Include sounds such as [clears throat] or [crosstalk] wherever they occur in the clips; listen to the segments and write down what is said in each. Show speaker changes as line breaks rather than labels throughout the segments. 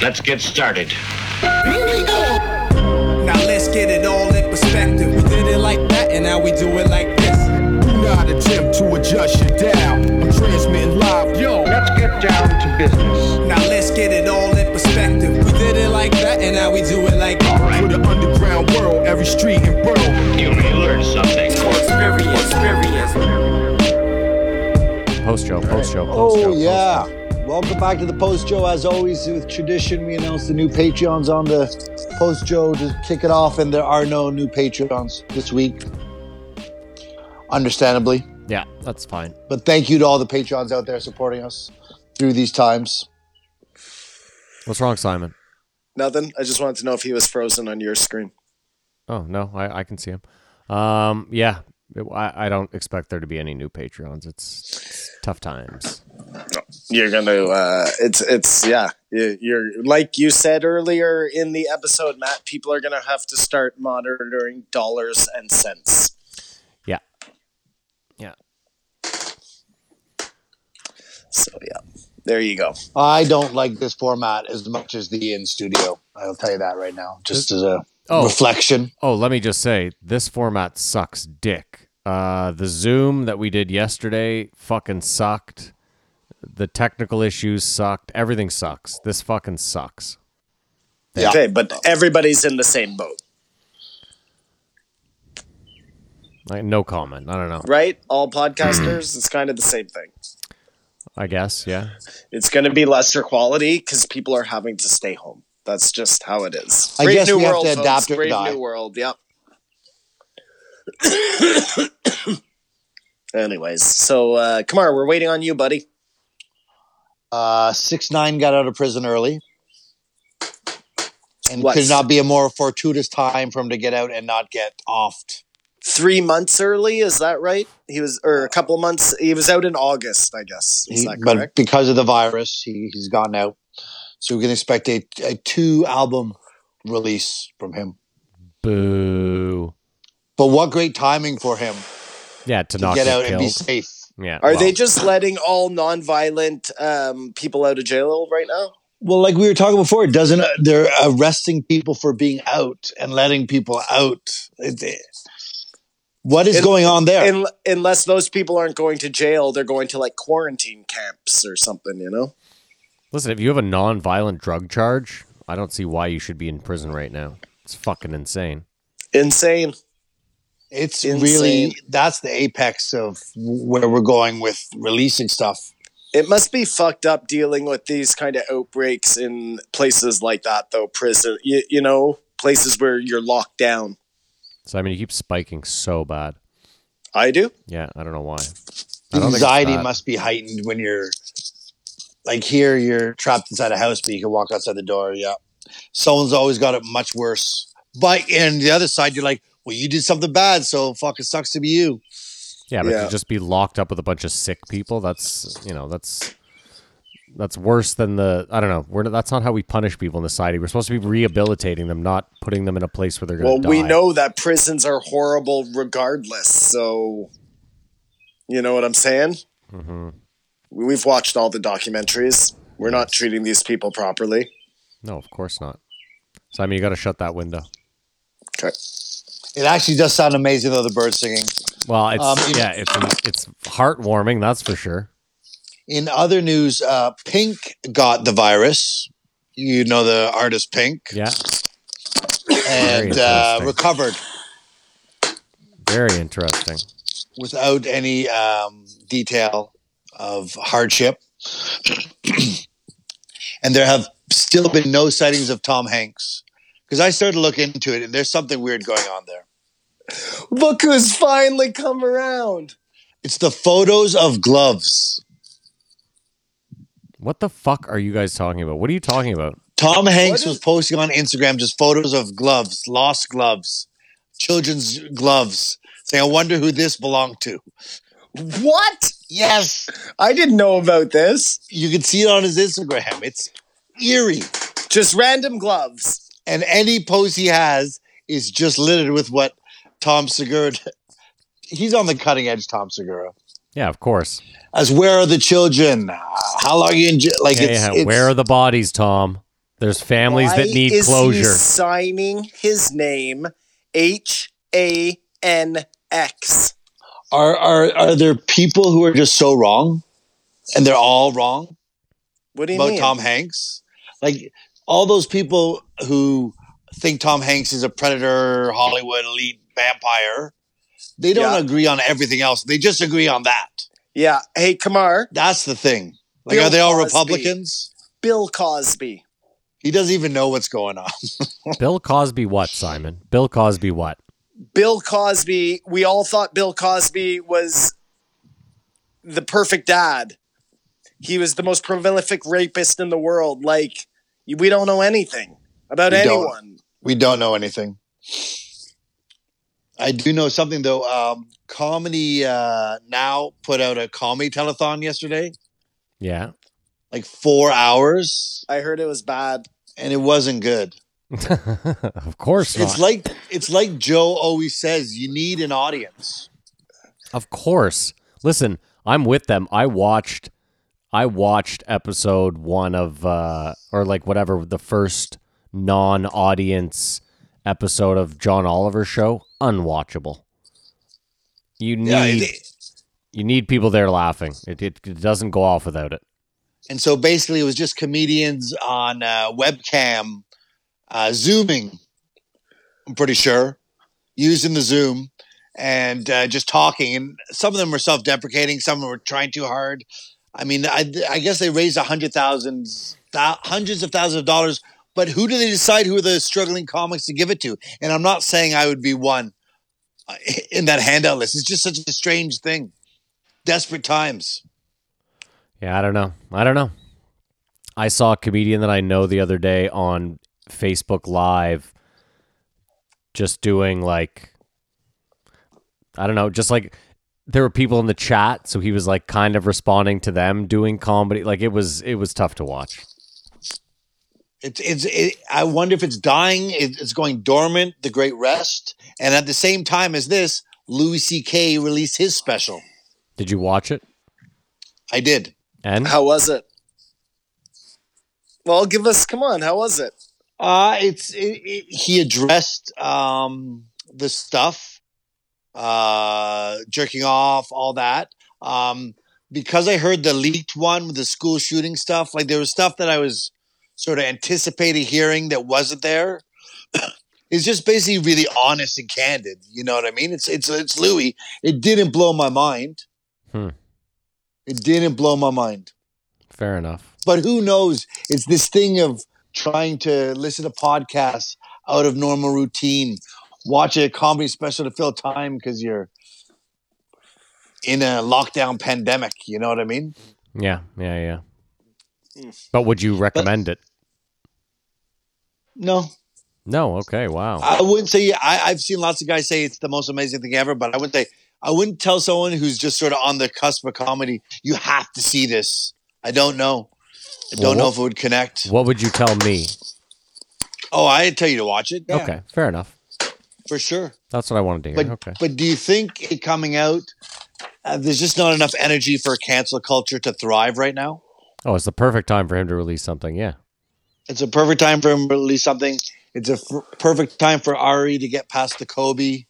Let's get started.
Now let's get it all in perspective. We did it like that, and now we do it like this.
Do not attempt to adjust your dial. I'm transmitting live. Yo,
Let's get down to business.
Now let's get it all in perspective. We did it like that, and now we do it like
All
for
right,
the underground world, every street and borough.
you may learn something.
Post show, post show, post show.
Oh
post
yeah! Welcome back to the Post Joe. As always, with tradition, we announce the new Patreons on the Post Joe to kick it off, and there are no new Patreons this week, understandably.
show. Yeah, that's fine.
But thank you to all the Patreons out there supporting us through these times.
What's wrong, Simon?
Nothing. I just wanted to know if he was frozen on your screen.
Oh no, I, I can see him. Um, yeah, It- I, I don't expect there to be any new Patreons. It's, it's tough times.
You're gonna. Uh, it's it's yeah. You- You're like you said earlier in the episode, Matt. People are gonna have to start monitoring dollars and cents.
Yeah, yeah.
So yeah, there you go.
I don't like this format as much as the in studio. I'll tell you that right now, just as a
Oh.
reflection.
Oh, let me just say this format sucks dick. Uh, the Zoom that we did yesterday fucking sucked. The technical issues sucked. Everything sucks. This fucking sucks.
Yeah.
Okay, but everybody's in the same boat,
Like, no comment. I don't know.
right? All
[clears throat]
podcasters. it's kind of the same thing.
I guess. Yeah.
It's gonna be lesser quality because people are having to stay home. That's just how it is.
I guess we have to
folks.
adapt or
Brave
die.
new world. Yep. [coughs] Anyways, so uh, Kamar, we're waiting on you, buddy.
Uh, six nine got out of prison early, and
What?
could not be a more fortuitous time for him to get out and not get offed.
Three months early, is that right? He was, or a couple months. He was out in August, I guess. Is
He-
that
but
correct?
because of the virus, he, he's gone out. So we can expect a, a two album release from him.
Boo.
But what great timing for him
Yeah, to,
to
not
get out and
killed.
be safe.
Yeah.
Are they
well,
just letting all non-violent um, people out of jail right now?
Well, like we were talking before, it doesn't uh, they're arresting people for being out and letting people out? It- it- what is
In-
going on there?
Un- unless those people aren't going to jail, they're going to like quarantine camps or something. You know?
Listen, if you have a non-violent drug charge, I don't see why you should be in prison right now. It's fucking insane.
Insane.
It's
Insane.
really that's the apex of where we're going with releasing stuff.
It must be fucked up dealing with these kind of outbreaks in places like that, though. Prison, you, you know, places where you're locked down.
So I mean, you keep spiking so bad.
I do.
Yeah, I don't know why. I don't think it's
Anxiety
bad.
must be heightened when you're like here. You're trapped inside a house, but you can walk outside the door. Yeah, someone's always got it much worse. But and the other side, you're like, well, you did something bad, so fuck, it sucks to be you.
Yeah, but
Yeah.
to just be locked up with a bunch of sick people, that's you know, that's that's worse than the I don't know. We're that's not how we punish people in society. We're supposed to be rehabilitating them, not putting them in a place where they're going to
Well,
die.
we know that prisons are horrible regardless. So, you know what I'm saying?
Mm-hmm.
We We've watched all the documentaries. We're not treating these people properly.
No, of course not. So I mean, you got to shut that window.
Okay.
It actually does sound amazing though. The bird singing.
Well, it's
Um, in-
yeah, it's it's heartwarming, that's for sure.
In other news, uh, Pink got the virus. You know the artist Pink,
Yeah,
and
Very
uh,
interesting.
recovered.
very interesting.
without any um, detail of hardship. [clears throat] and there have still been no sightings of Tom Hanks. Because I started to look into it and there's something weird going on there.
Look who's finally come around.
It's the photos of gloves.
What the fuck are you guys talking about? What are you talking about?
Tom Hanks
is-
was posting on Instagram just photos of gloves, lost gloves, children's gloves, saying, I wonder who this belonged to.
What?
Yes.
I didn't know about this.
You can see it on his Instagram. It's eerie.
Just random gloves.
and any pose he has is just littered with what Tom Segura. He's on the cutting edge, Tom Segura.
Yeah, of course.
As where are the children? Uh, How long are you in jail? Like
Yeah,
it's,
yeah.
it's-
Where are the bodies, Tom? There's families
Why
that need
is He
closure.
signing his name H A N X.
Are are are there people who are just so wrong, and they're all wrong
What do you
about
mean?
Tom Hanks? Like all those people who think Tom Hanks is a predator, Hollywood elite vampire. They don't
Yeah.
agree on everything else. They just agree on that.
yeah. Hey, Kamar,
That's the thing. Like,
Bill
are they all
Cosby.
Republicans?
Bill Cosby.
He doesn't even know what's going on. [laughs]
Bill Cosby what, Simon? Bill Cosby what?
Bill Cosby. We all thought Bill Cosby was the perfect dad. He was the most prolific rapist in the world. Like, we don't know anything about
We don't.
anyone.
We don't know anything. I do know something though. Um, Comedy uh, Now put out a comedy telethon yesterday,
Yeah. [laughs]
like four hours,
I heard it was bad.
and it wasn't good.
of course not.
It's like it's like Joe always says: you need an audience.
of course. Listen, I'm with them. I watched I watched episode 1 of uh or like whatever the first non-audience episode of John Oliver show unwatchable. You need
Yeah, it-
you need people there laughing. It, it, it doesn't go off without it.
and so basically, it was just comedians on uh, webcam uh, zooming. I'm pretty sure using the Zoom and uh, just talking. And some of them were self-deprecating. Some of them were trying too hard. I mean, I, I guess they raised a hundred thousands, thou- hundreds of thousands of dollars. But who do they decide who are the struggling comics to give it to? And I'm not saying I would be one uh, in that handout list. It's just such a strange thing. Desperate times.
Yeah, I don't know. I don't know. I saw a comedian that I know the other day on Facebook Live just doing like I don't know, just like there were people in the chat, so he was like kind of responding to them doing comedy. Like it was it was tough to watch.
It's it's. It, I wonder if it's dying. It, it's going dormant. The Great Rest, and at the same time as this, Louis C.K. released his special.
Did you watch it?
I did.
And
How was it? Well, give us. Come on, how was it?
Uh it's it, it, he addressed um the stuff, uh, jerking off, all that. Um, because I heard the leaked one with the school shooting stuff. Like there was stuff that I was sort of anticipating hearing that wasn't there. [clears throat] it's just basically really honest and candid. You know what I mean? It's it's it's Louis. It didn't blow my mind.
Hmm.
It didn't blow my mind
fair enough.
but who knows? It's this thing of trying to listen to podcasts out of normal routine, watch a comedy special to fill time because you're in a lockdown pandemic. You know what I mean?
Yeah, yeah, yeah. But would you recommend it?
No,
No, okay, wow.
I wouldn't say. I, I've seen lots of guys say it's the most amazing thing ever, but I wouldn't say. I wouldn't tell someone who's just sort of on the cusp of comedy, you have to see this. I don't know. I don't
Well,
know
what-
if it would connect.
What would you tell me?
Oh, I'd tell you to watch it. Yeah,
Okay, fair enough.
For sure.
That's what I wanted to hear.
But
okay.
but do you think it coming out? Uh, there's just not enough energy for cancel culture to thrive right now.
Oh, it's the perfect time for him to release something. Yeah.
It's a perfect time for him to release something. It's a f- perfect time for Ari to get past the Kobe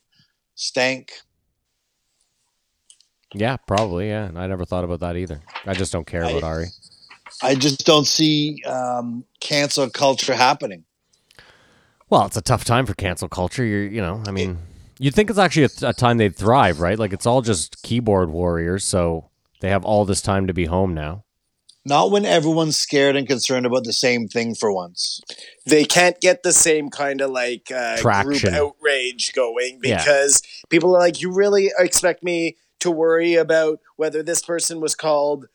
stank.
Yeah, probably. Yeah, and I never thought about that either. I just don't care about
I-
Ari.
I just don't see um, cancel culture happening.
Well, it's a tough time for cancel culture. You're, you know, I mean, you'd think it's actually a, th- a time they'd thrive, right? Like it's all just keyboard warriors, so they have all this time to be home now.
Not when everyone's scared and concerned about the same thing for once.
They can't get the same kind of like uh, group
Traction.
outrage going
Yeah.
because people are like, you really expect me to worry about whether this person was called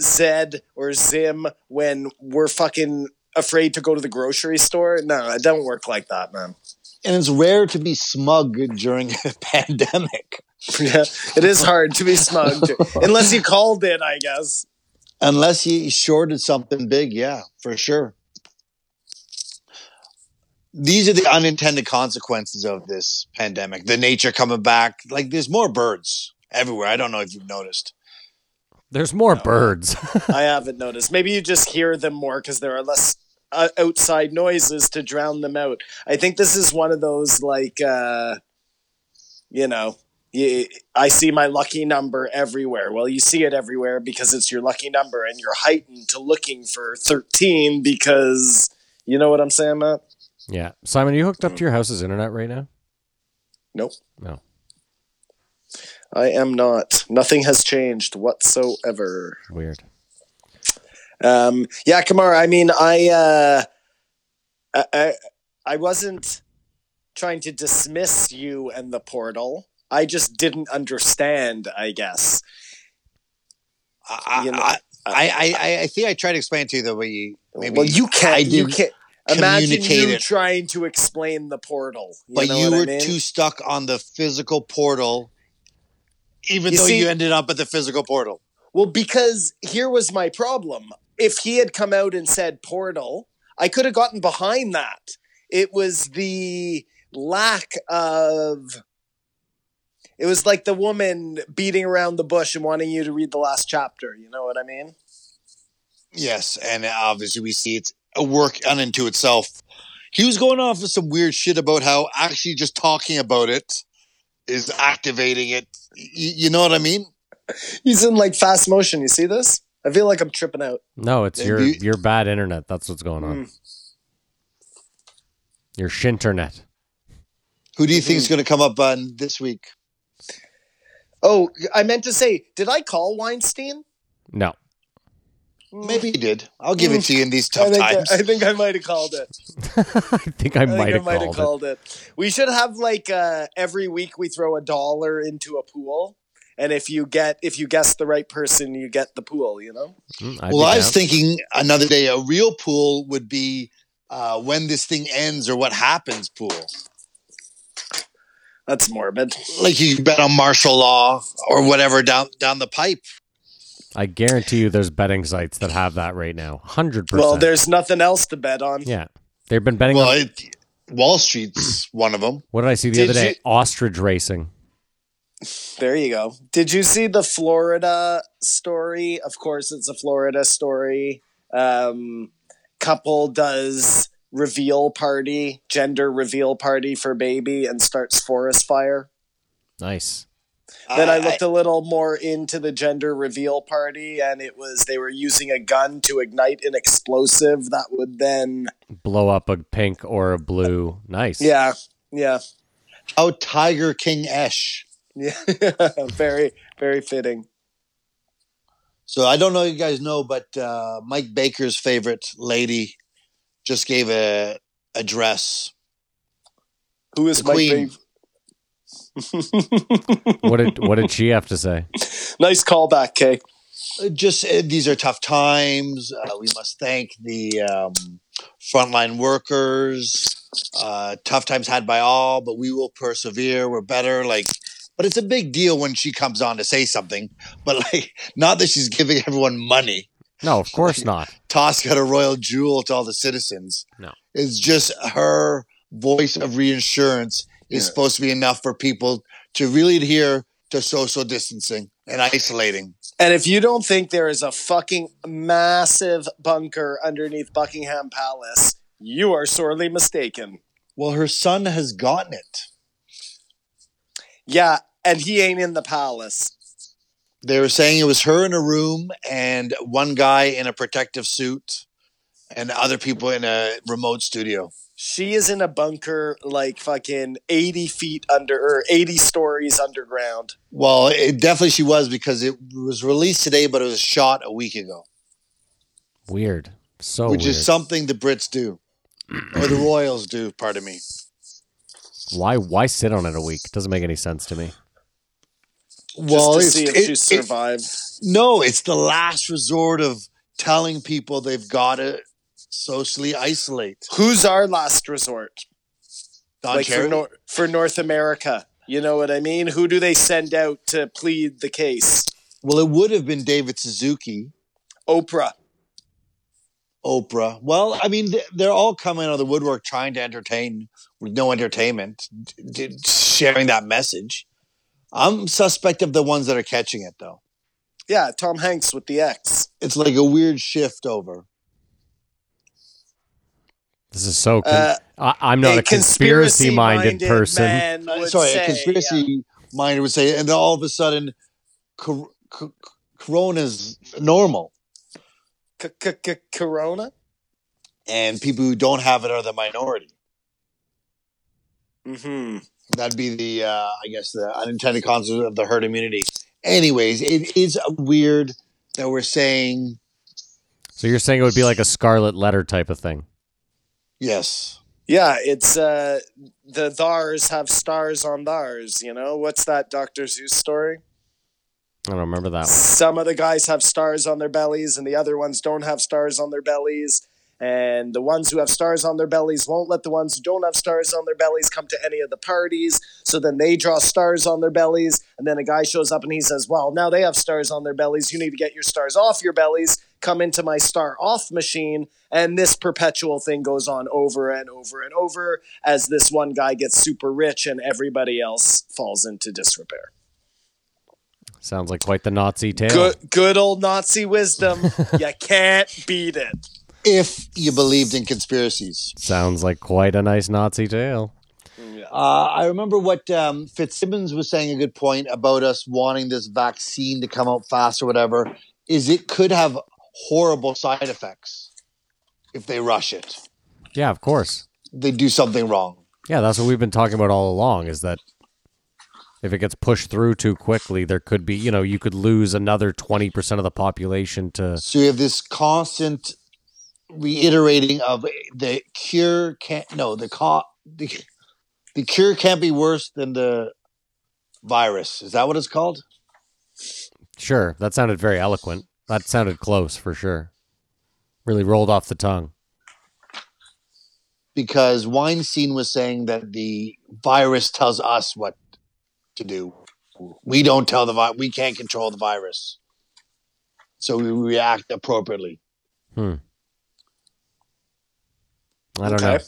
Zed or Zim when we're fucking afraid to go to the grocery store? No, it don't work like that, man. [laughs]
And it's rare to be smug during [laughs] a pandemic,
Yeah, it is hard to be smug unless you called it, I guess.
unless you shorted something big. Yeah, for sure. these are the unintended consequences of this pandemic. The nature coming back. Like there's more birds everywhere. I don't know if you've noticed.
There's more birds. [laughs]
I haven't noticed. Maybe you just hear them more because there are less uh, outside noises to drown them out. I think this is one of those like, uh, you know, you, I see my lucky number everywhere. Well, you see it everywhere because it's your lucky number, and you're heightened to looking for thirteen because you know what I'm saying, Matt.
Yeah. Simon, are you hooked up to your house's internet right now?
Nope.
No.
I am not. Nothing has changed whatsoever.
Weird.
Um, yeah, Kamara. I mean, I, uh, I, I, I wasn't trying to dismiss you and the portal. I just didn't understand. I guess.
I,
You know,
I, I, I, I think I tried to explain to you the way you maybe.
well, you
I
can't. You
didn't
can't. Imagine
communicate
you
it.
trying to explain the portal. You
but
know
you
what
were
I mean?
too stuck on the physical portal, even
You
though
see-
you ended up at the physical portal.
Well, because here was my problem. If he had come out and said portal, I could have gotten behind that. It was the lack of. It was like the woman beating around the bush and wanting you to read the last chapter. You know what I mean?
Yes, and obviously we see it's a work unto itself. He was going off with some weird shit about how actually just talking about it is activating it. Y- you know what I mean?
He's in like fast motion. You see this? I feel like I'm tripping out.
No, it's
Then
your
you-
your bad internet. That's what's going on. Your shinternet.
Who do you think is
Mm-hmm.
going to come up on this week?
Oh, I meant to say, did I call Weinstein?
No. [laughs]
Maybe he did. I'll give it to you in these tough
Mm. I think
times.
I, think I might have called it.
I think I,
I
might
think I
have
might have
called, it.
called it. We should have like uh, every week we throw a dollar into a pool, and if you get if you guess the right person, you get the pool. You know,
Mm, I'd
well,
be
I was
down.
thinking another day, a real pool would be uh, when this thing ends or what happens pool.
that's morbid.
Like you bet on martial law or whatever down down the pipe.
I guarantee you there's betting sites that have that right now. 100%.
Well, there's nothing else to bet on.
Yeah. They've been betting
Well,
on,
it, Wall Street's one of them.
what did I see the
Did
other day?
you-
Ostrich racing.
There you go. Did you see the Florida story? Of course, it's a Florida story. Um, couple does reveal party, gender reveal party for baby, and starts forest fire.
Nice.
Then I looked a little more into the gender reveal party, and it was they were using a gun to ignite an explosive that would then,
Blow up a pink or a blue. Nice.
yeah, yeah, [laughs]
How Oh, Tiger King esh.
yeah, very, very fitting.
So I don't know if you guys know, but uh, Mike Baker's favorite lady just gave a address.
Who is
The
Mike?
Queen.
Bav-
What did what
[laughs]
did she have to say?
nice callback, Kay.
Uh, Just uh, these are tough times. Uh, we must thank the um, frontline workers. Uh, tough times had by all, but we will persevere. We're better. Like, but it's a big deal when she comes on to say something. But like, [laughs] not that she's giving everyone money.
No, of course not.
toss out a royal jewel to all the citizens.
No.
It's just her voice of reinsurance is
Yeah.
supposed to be enough for people to really adhere to social distancing and isolating.
And if you don't think there is a fucking massive bunker underneath Buckingham Palace, you are sorely mistaken.
Well, her son has gotten it.
Yeah, and he ain't in the palace.
They were saying it was her in a room and one guy in a protective suit and other people in a remote studio.
She is in a bunker like fucking 80 feet under or 80 stories underground.
Well, it definitely she was because it was released today, but it was shot a week ago,
Weird. So
which
Oh, weird.
is something the Brits do
[clears throat]
or the Royals do, pardon me.
why why sit on it a week? Doesn't make any sense to me.
Well,
just to see if
it's-
she
it- it-
survived.
no, it's the last resort of telling people they've got to socially isolate.
Who's our last resort?
Don
like for,
Cherry?
Nor- for North America. You know what I mean? Who do they send out to plead the case?
well, it would have been David Suzuki,
Oprah.
Oprah. Well, I mean, th- they're all coming out of the woodwork trying to entertain with no entertainment, d- d- sharing that message. I'm suspect of the ones that are catching it, though.
Yeah, Tom Hanks with the X.
It's like a weird shift over.
This is so. Con-
Uh,
I, I'm not a, conspiracy minded
conspiracy-minded
person.
man would
Uh, Sorry,
say,
a conspiracy minded would say, and then all of a sudden, cor- cor- Corona's normal,
uh, c- c- c- Corona.
and people who don't have it are the minority.
Mm-hmm.
That'd be the, uh, I guess, the unintended consequence of the herd immunity. Anyways, it is weird that we're saying
So you're saying it would be like a scarlet letter type of thing?
yes.
Yeah, it's uh, the thars have stars on thars. You know what's that Doctor Zeus story?
I don't remember that one.
Some of the guys have stars on their bellies, and the other ones don't have stars on their bellies. And the ones who have stars on their bellies won't let the ones who don't have stars on their bellies come to any of the parties. So then they draw stars on their bellies. And then a guy shows up and he says, Well, now they have stars on their bellies. You need to get your stars off your bellies. Come into my star off machine. And this perpetual thing goes on over and over and over as this one guy gets super rich and everybody else falls into disrepair.
Sounds like quite the Nazi tale.
Good, good old
[laughs]
Nazi wisdom. you can't beat it.
If you believed in conspiracies,
Sounds like quite a nice Nazi tale.
uh, I remember what um, Fitzsimmons was saying a good point about us wanting this vaccine to come out fast or whatever. Is it could have horrible side effects if they rush it.
Yeah, of course.
They do something wrong.
Yeah, that's what we've been talking about all along is that if it gets pushed through too quickly, there could be, you know, you could lose another 20% of the population to.
So you have this constant reiterating of the cure can't no the co- the, the cure can't be worse than the virus. Is that what it's called?
Sure, that sounded very eloquent. That sounded close for sure. Really rolled off the tongue.
Because Weinstein was saying that the virus tells us what to do. We don't tell the vi- we can't control the virus, so we react appropriately.
I don't know.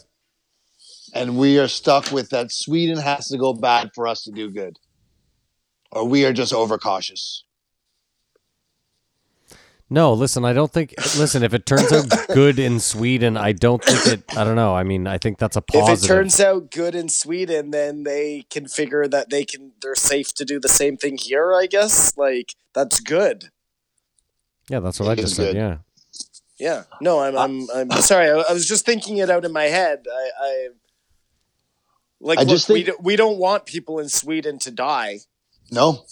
and we are stuck with that Sweden has to go bad for us to do good. Or we are just overcautious.
No, listen, I don't think. Listen, if it turns out
[coughs]
good in Sweden, I don't think it. I don't know. I mean, I think that's a positive.
If it turns out good in Sweden, then they can figure that they can they're safe to do the same thing here, I guess. Like that's good.
yeah, that's what I
It is
just said.
good.
Yeah.
Yeah. No, I'm I'm,
Uh,
I'm sorry. I, I was just thinking it out in my head. I, I like
I
look,
just
we
think-
do, we don't want people in Sweden to die.
No,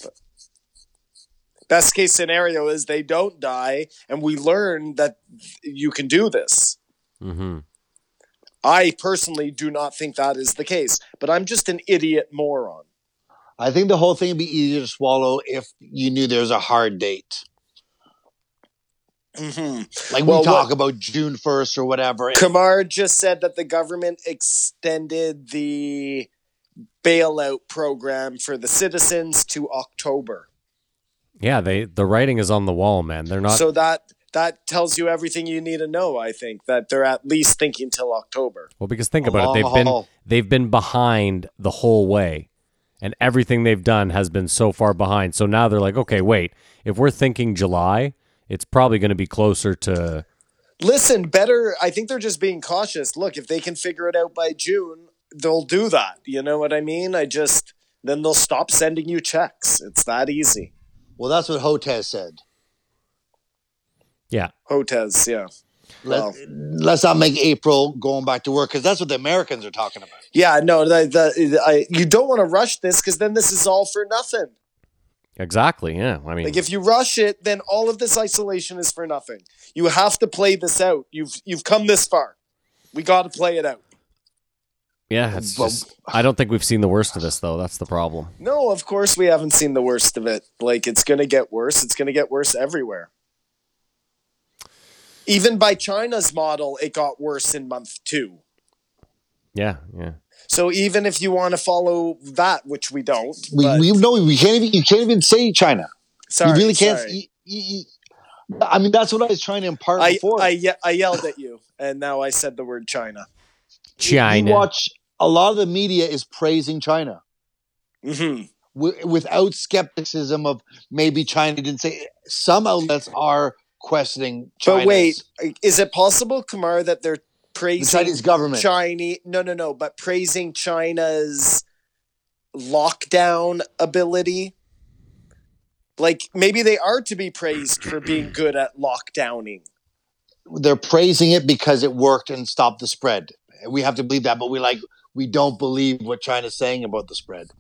Best case scenario is they don't die and we learn that you can do this.
Mm-hmm.
I personally do not think that is the case, but I'm just an idiot moron.
I think the whole thing would be easier to swallow if you knew there was a hard date. Like
Well,
we
what-
talk about June 1st or whatever. and
Kamar just said that the government extended the bailout program for the citizens to October.
Yeah, they the writing is on the wall, man. They're not.
so that that tells you everything you need to know, I think, that they're at least thinking till October.
Well, because think
A
about it, they've
long
been
haul.
they've been behind the whole way, and everything they've done has been so far behind. So now they're like, okay, wait, if we're thinking July, it's probably going to be closer to.
Listen, better I think they're just being cautious. Look, if they can figure it out by June, they'll do that. You know what I mean? I just then they'll stop sending you checks. It's that easy.
well, that's what Hotez said.
Yeah,
Hotez, yeah.
Let,
Well.
Let's not make April going back to work because that's what the Americans are talking about.
Yeah, no, the, the, I, you don't want to rush this because then this is all for nothing.
exactly. Yeah, I mean,
Like if you rush it, then all of this isolation is for nothing. You have to play this out. You've you've come this far. We got to play it out.
yeah, it's
Well-
just. I don't think we've seen the worst of this though. That's the problem.
No, of course we haven't seen the worst of it. Like it's going to get worse. It's going to get worse everywhere. Even by China's model, it got worse in month 2.
Yeah, yeah.
So even if you want to follow that, which we don't,
We,
but-
we no, we can't even. You can't even say China.
sorry,
you really can't.
sorry.
you- you- you- I mean, that's what I was trying to impart
I,
before.
I, ye- I yelled at you, and now I said the word China.
China.
You watch a lot of the media is praising China
Mm-hmm.
w- without skepticism of maybe China didn't say. Some outlets are questioning China.
But wait, is it possible, Kumar, that they're
The
praising
Chinese government.
Chinese. No, no, no. But praising China's lockdown ability. Like maybe they are to be praised for being good at lockdowning.
They're praising it because it worked and stopped the spread. We have to believe that, but we like we don't believe what China's saying about the spread.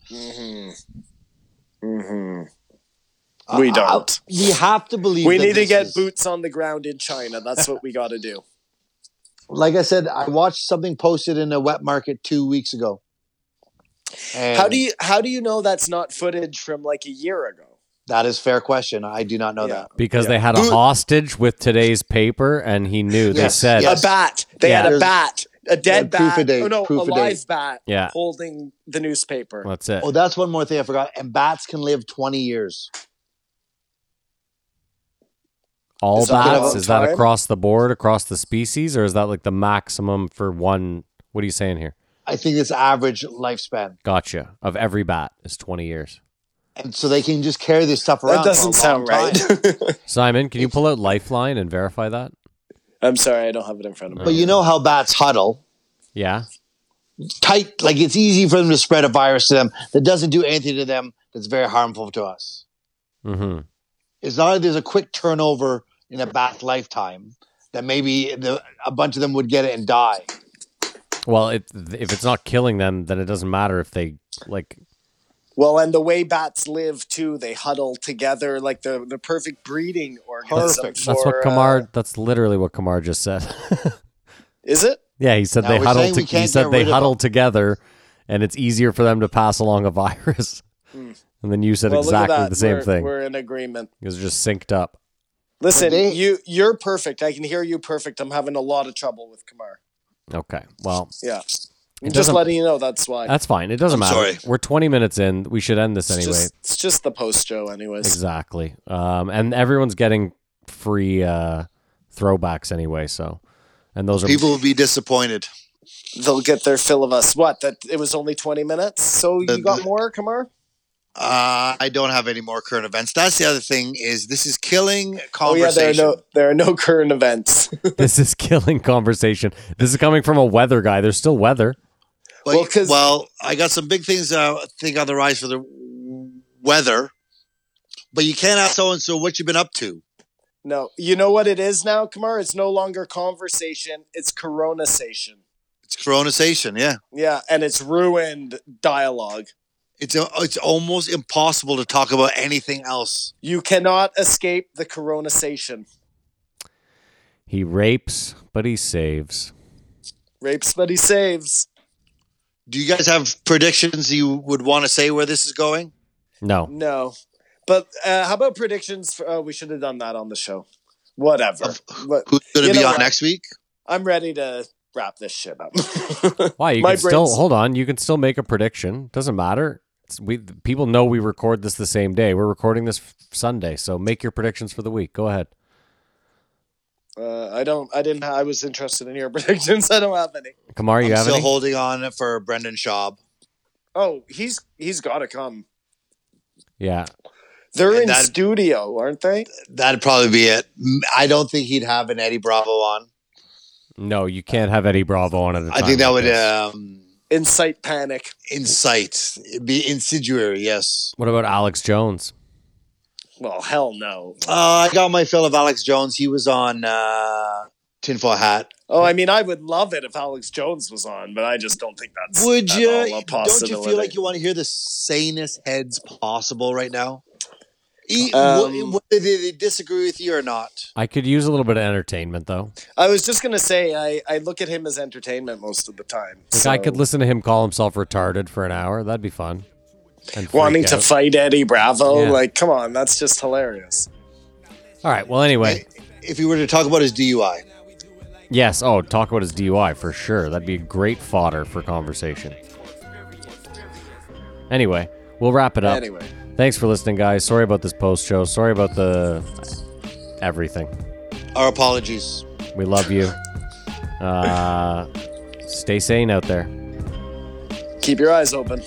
Uh,
Mm-hmm. We
I-
don't.
we have to believe.
We
that
need to
this
get
is-
boots on the ground in China. That's what we got to do.
Like I said, I watched something posted in a wet market two weeks ago. And
How do you how do you know that's not footage from like a year ago?
That is fair question. I do not know
Yeah.
that.
Because they had a
Who-
hostage with today's paper, and he knew. They
Yes,
said,
yes.
A bat. They
Yeah.
had a
There's-
bat. A dead
Yeah, proof
bat.
of date,
oh no,
proof
a
of date.
live bat
Yeah.
holding the newspaper.
"That's it."
Oh, that's one more thing I forgot. And bats can live 20 years.
All
Is that
bats?
about
Is that
time?
across the board, across the species, or is that like the maximum for one? What are you saying here?
I think it's average lifespan.
Gotcha. Of every bat is twenty years.
And so they can just carry this stuff around.
That doesn't
for a
sound
long
right.
time. [laughs]
Simon, can you pull out Lifeline and verify that?
I'm sorry, I don't have it in front of me.
But you know how bats huddle
Yeah.
tight. Like it's easy for them to spread a virus to them that doesn't do anything to them that's very harmful to us.
Mm-hmm.
It's not like there's a quick turnover in a bat lifetime that maybe the, a bunch of them would get it and die.
Well, if if it's not killing them, then it doesn't matter if they like.
Well, and the way bats live too, they huddle together like the the perfect breeding organism.
Perfect.
That's
for,
what
uh,
Kamar. that's literally what Kamar just said. [laughs]
is it?
yeah, he said
Now
they
we're
huddle.
saying
To,
we
he
can't
said
get
they
rid of
huddle together, and it's easier for them to pass along a [laughs] virus.
Hmm.
And then you said
Well, look at
exactly
that.
the same
we're,
thing.
We're in agreement.
It was just synced up.
Listen,
they-
you you're perfect. I can hear you perfect. I'm having a lot of trouble with Kamar.
Okay. Well,
Yeah. I'm just
doesn't-
letting you know that's why.
that's fine. It doesn't
I'm
matter.
sorry.
We're 20 minutes in. We should end this
It's
anyway.
just, it's just the post show, anyways.
Exactly. Um, and everyone's getting free uh, throwbacks anyway. So, and those are
People will be disappointed.
They'll get their fill of us. What? That it was only twenty minutes. So you
The-
got
the-
more, Kamar?
Uh, I don't have any more current events. That's the other thing is this is killing
Oh yeah, there are
conversation.
no there are no [laughs] current events.
[laughs] this is killing conversation. This is coming from a weather guy. There's still weather.
But-
Well, 'cause-
well, I got some big things uh, I think on the rise for the weather. But you can't ask so and so what you've been up to.
no, you know what it is now, Kamar? It's no longer conversation. It's coronasation.
It's coronation, yeah.
Yeah, and it's ruined dialogue.
It's a, it's almost impossible to talk about anything else.
You cannot escape the coronasation.
He rapes, but he saves.
Rapes, but he saves.
Do you guys have predictions you would want to say where this is going?
No.
No, but uh, how about predictions? For, uh, we should have done that on the show. Whatever. What-
Who's going to
You
be
know
on
what?
next week?
I'm ready to wrap this shit up.
[laughs] Why? You
My
can still
brain's-
hold on. You can still make a prediction. Doesn't matter. It's, we people know we record this the same day. We're recording this f- Sunday, so make your predictions for the week. Go ahead.
uh, I don't. I didn't. I was interested in your [laughs] predictions. I don't have any.
Kamar, you
I'm
have
still
any?
holding on for Brendan Schaub.
Oh, he's he's got to come.
yeah.
They're
And
in
that-
studio, aren't they?
That'd probably be it. M- I don't think he'd have an Eddie Bravo on.
No, you can't have Eddie Bravo on at a
I
time
think that
like
would
this.
um,
Incite panic.
incite, It'd be insidiary. Yes.
What about Alex Jones?
Well, hell no.
Uh, I got my fill of Alex Jones. He was on uh, Tinfoil Hat.
Oh, I mean, I would love it if Alex Jones was on, but I just don't think that's
Would
at
you?
all a
Don't you
possibility.
feel like you want to hear the sanest heads possible right now? E-
Um,
wh- whether they, they disagree with you or not.
I could use a little bit of entertainment though.
I was just gonna say I, I look at him as entertainment most of the time.
Like
so-
I could listen to him call himself retarded for an hour. That'd be fun. And freak
wanting to
out.
fight Eddie Bravo.
Yeah.
Like, come on, that's just hilarious.
All right. Well, anyway,
If you were to talk about his DUI,
yes. Oh, talk about his DUI for sure. That'd be great fodder for conversation. Anyway, we'll wrap it up.
Anyway,
Thanks for listening, guys. Sorry about this post show. Sorry about the everything.
our apologies.
We love you. Uh, stay sane out there.
keep your eyes open.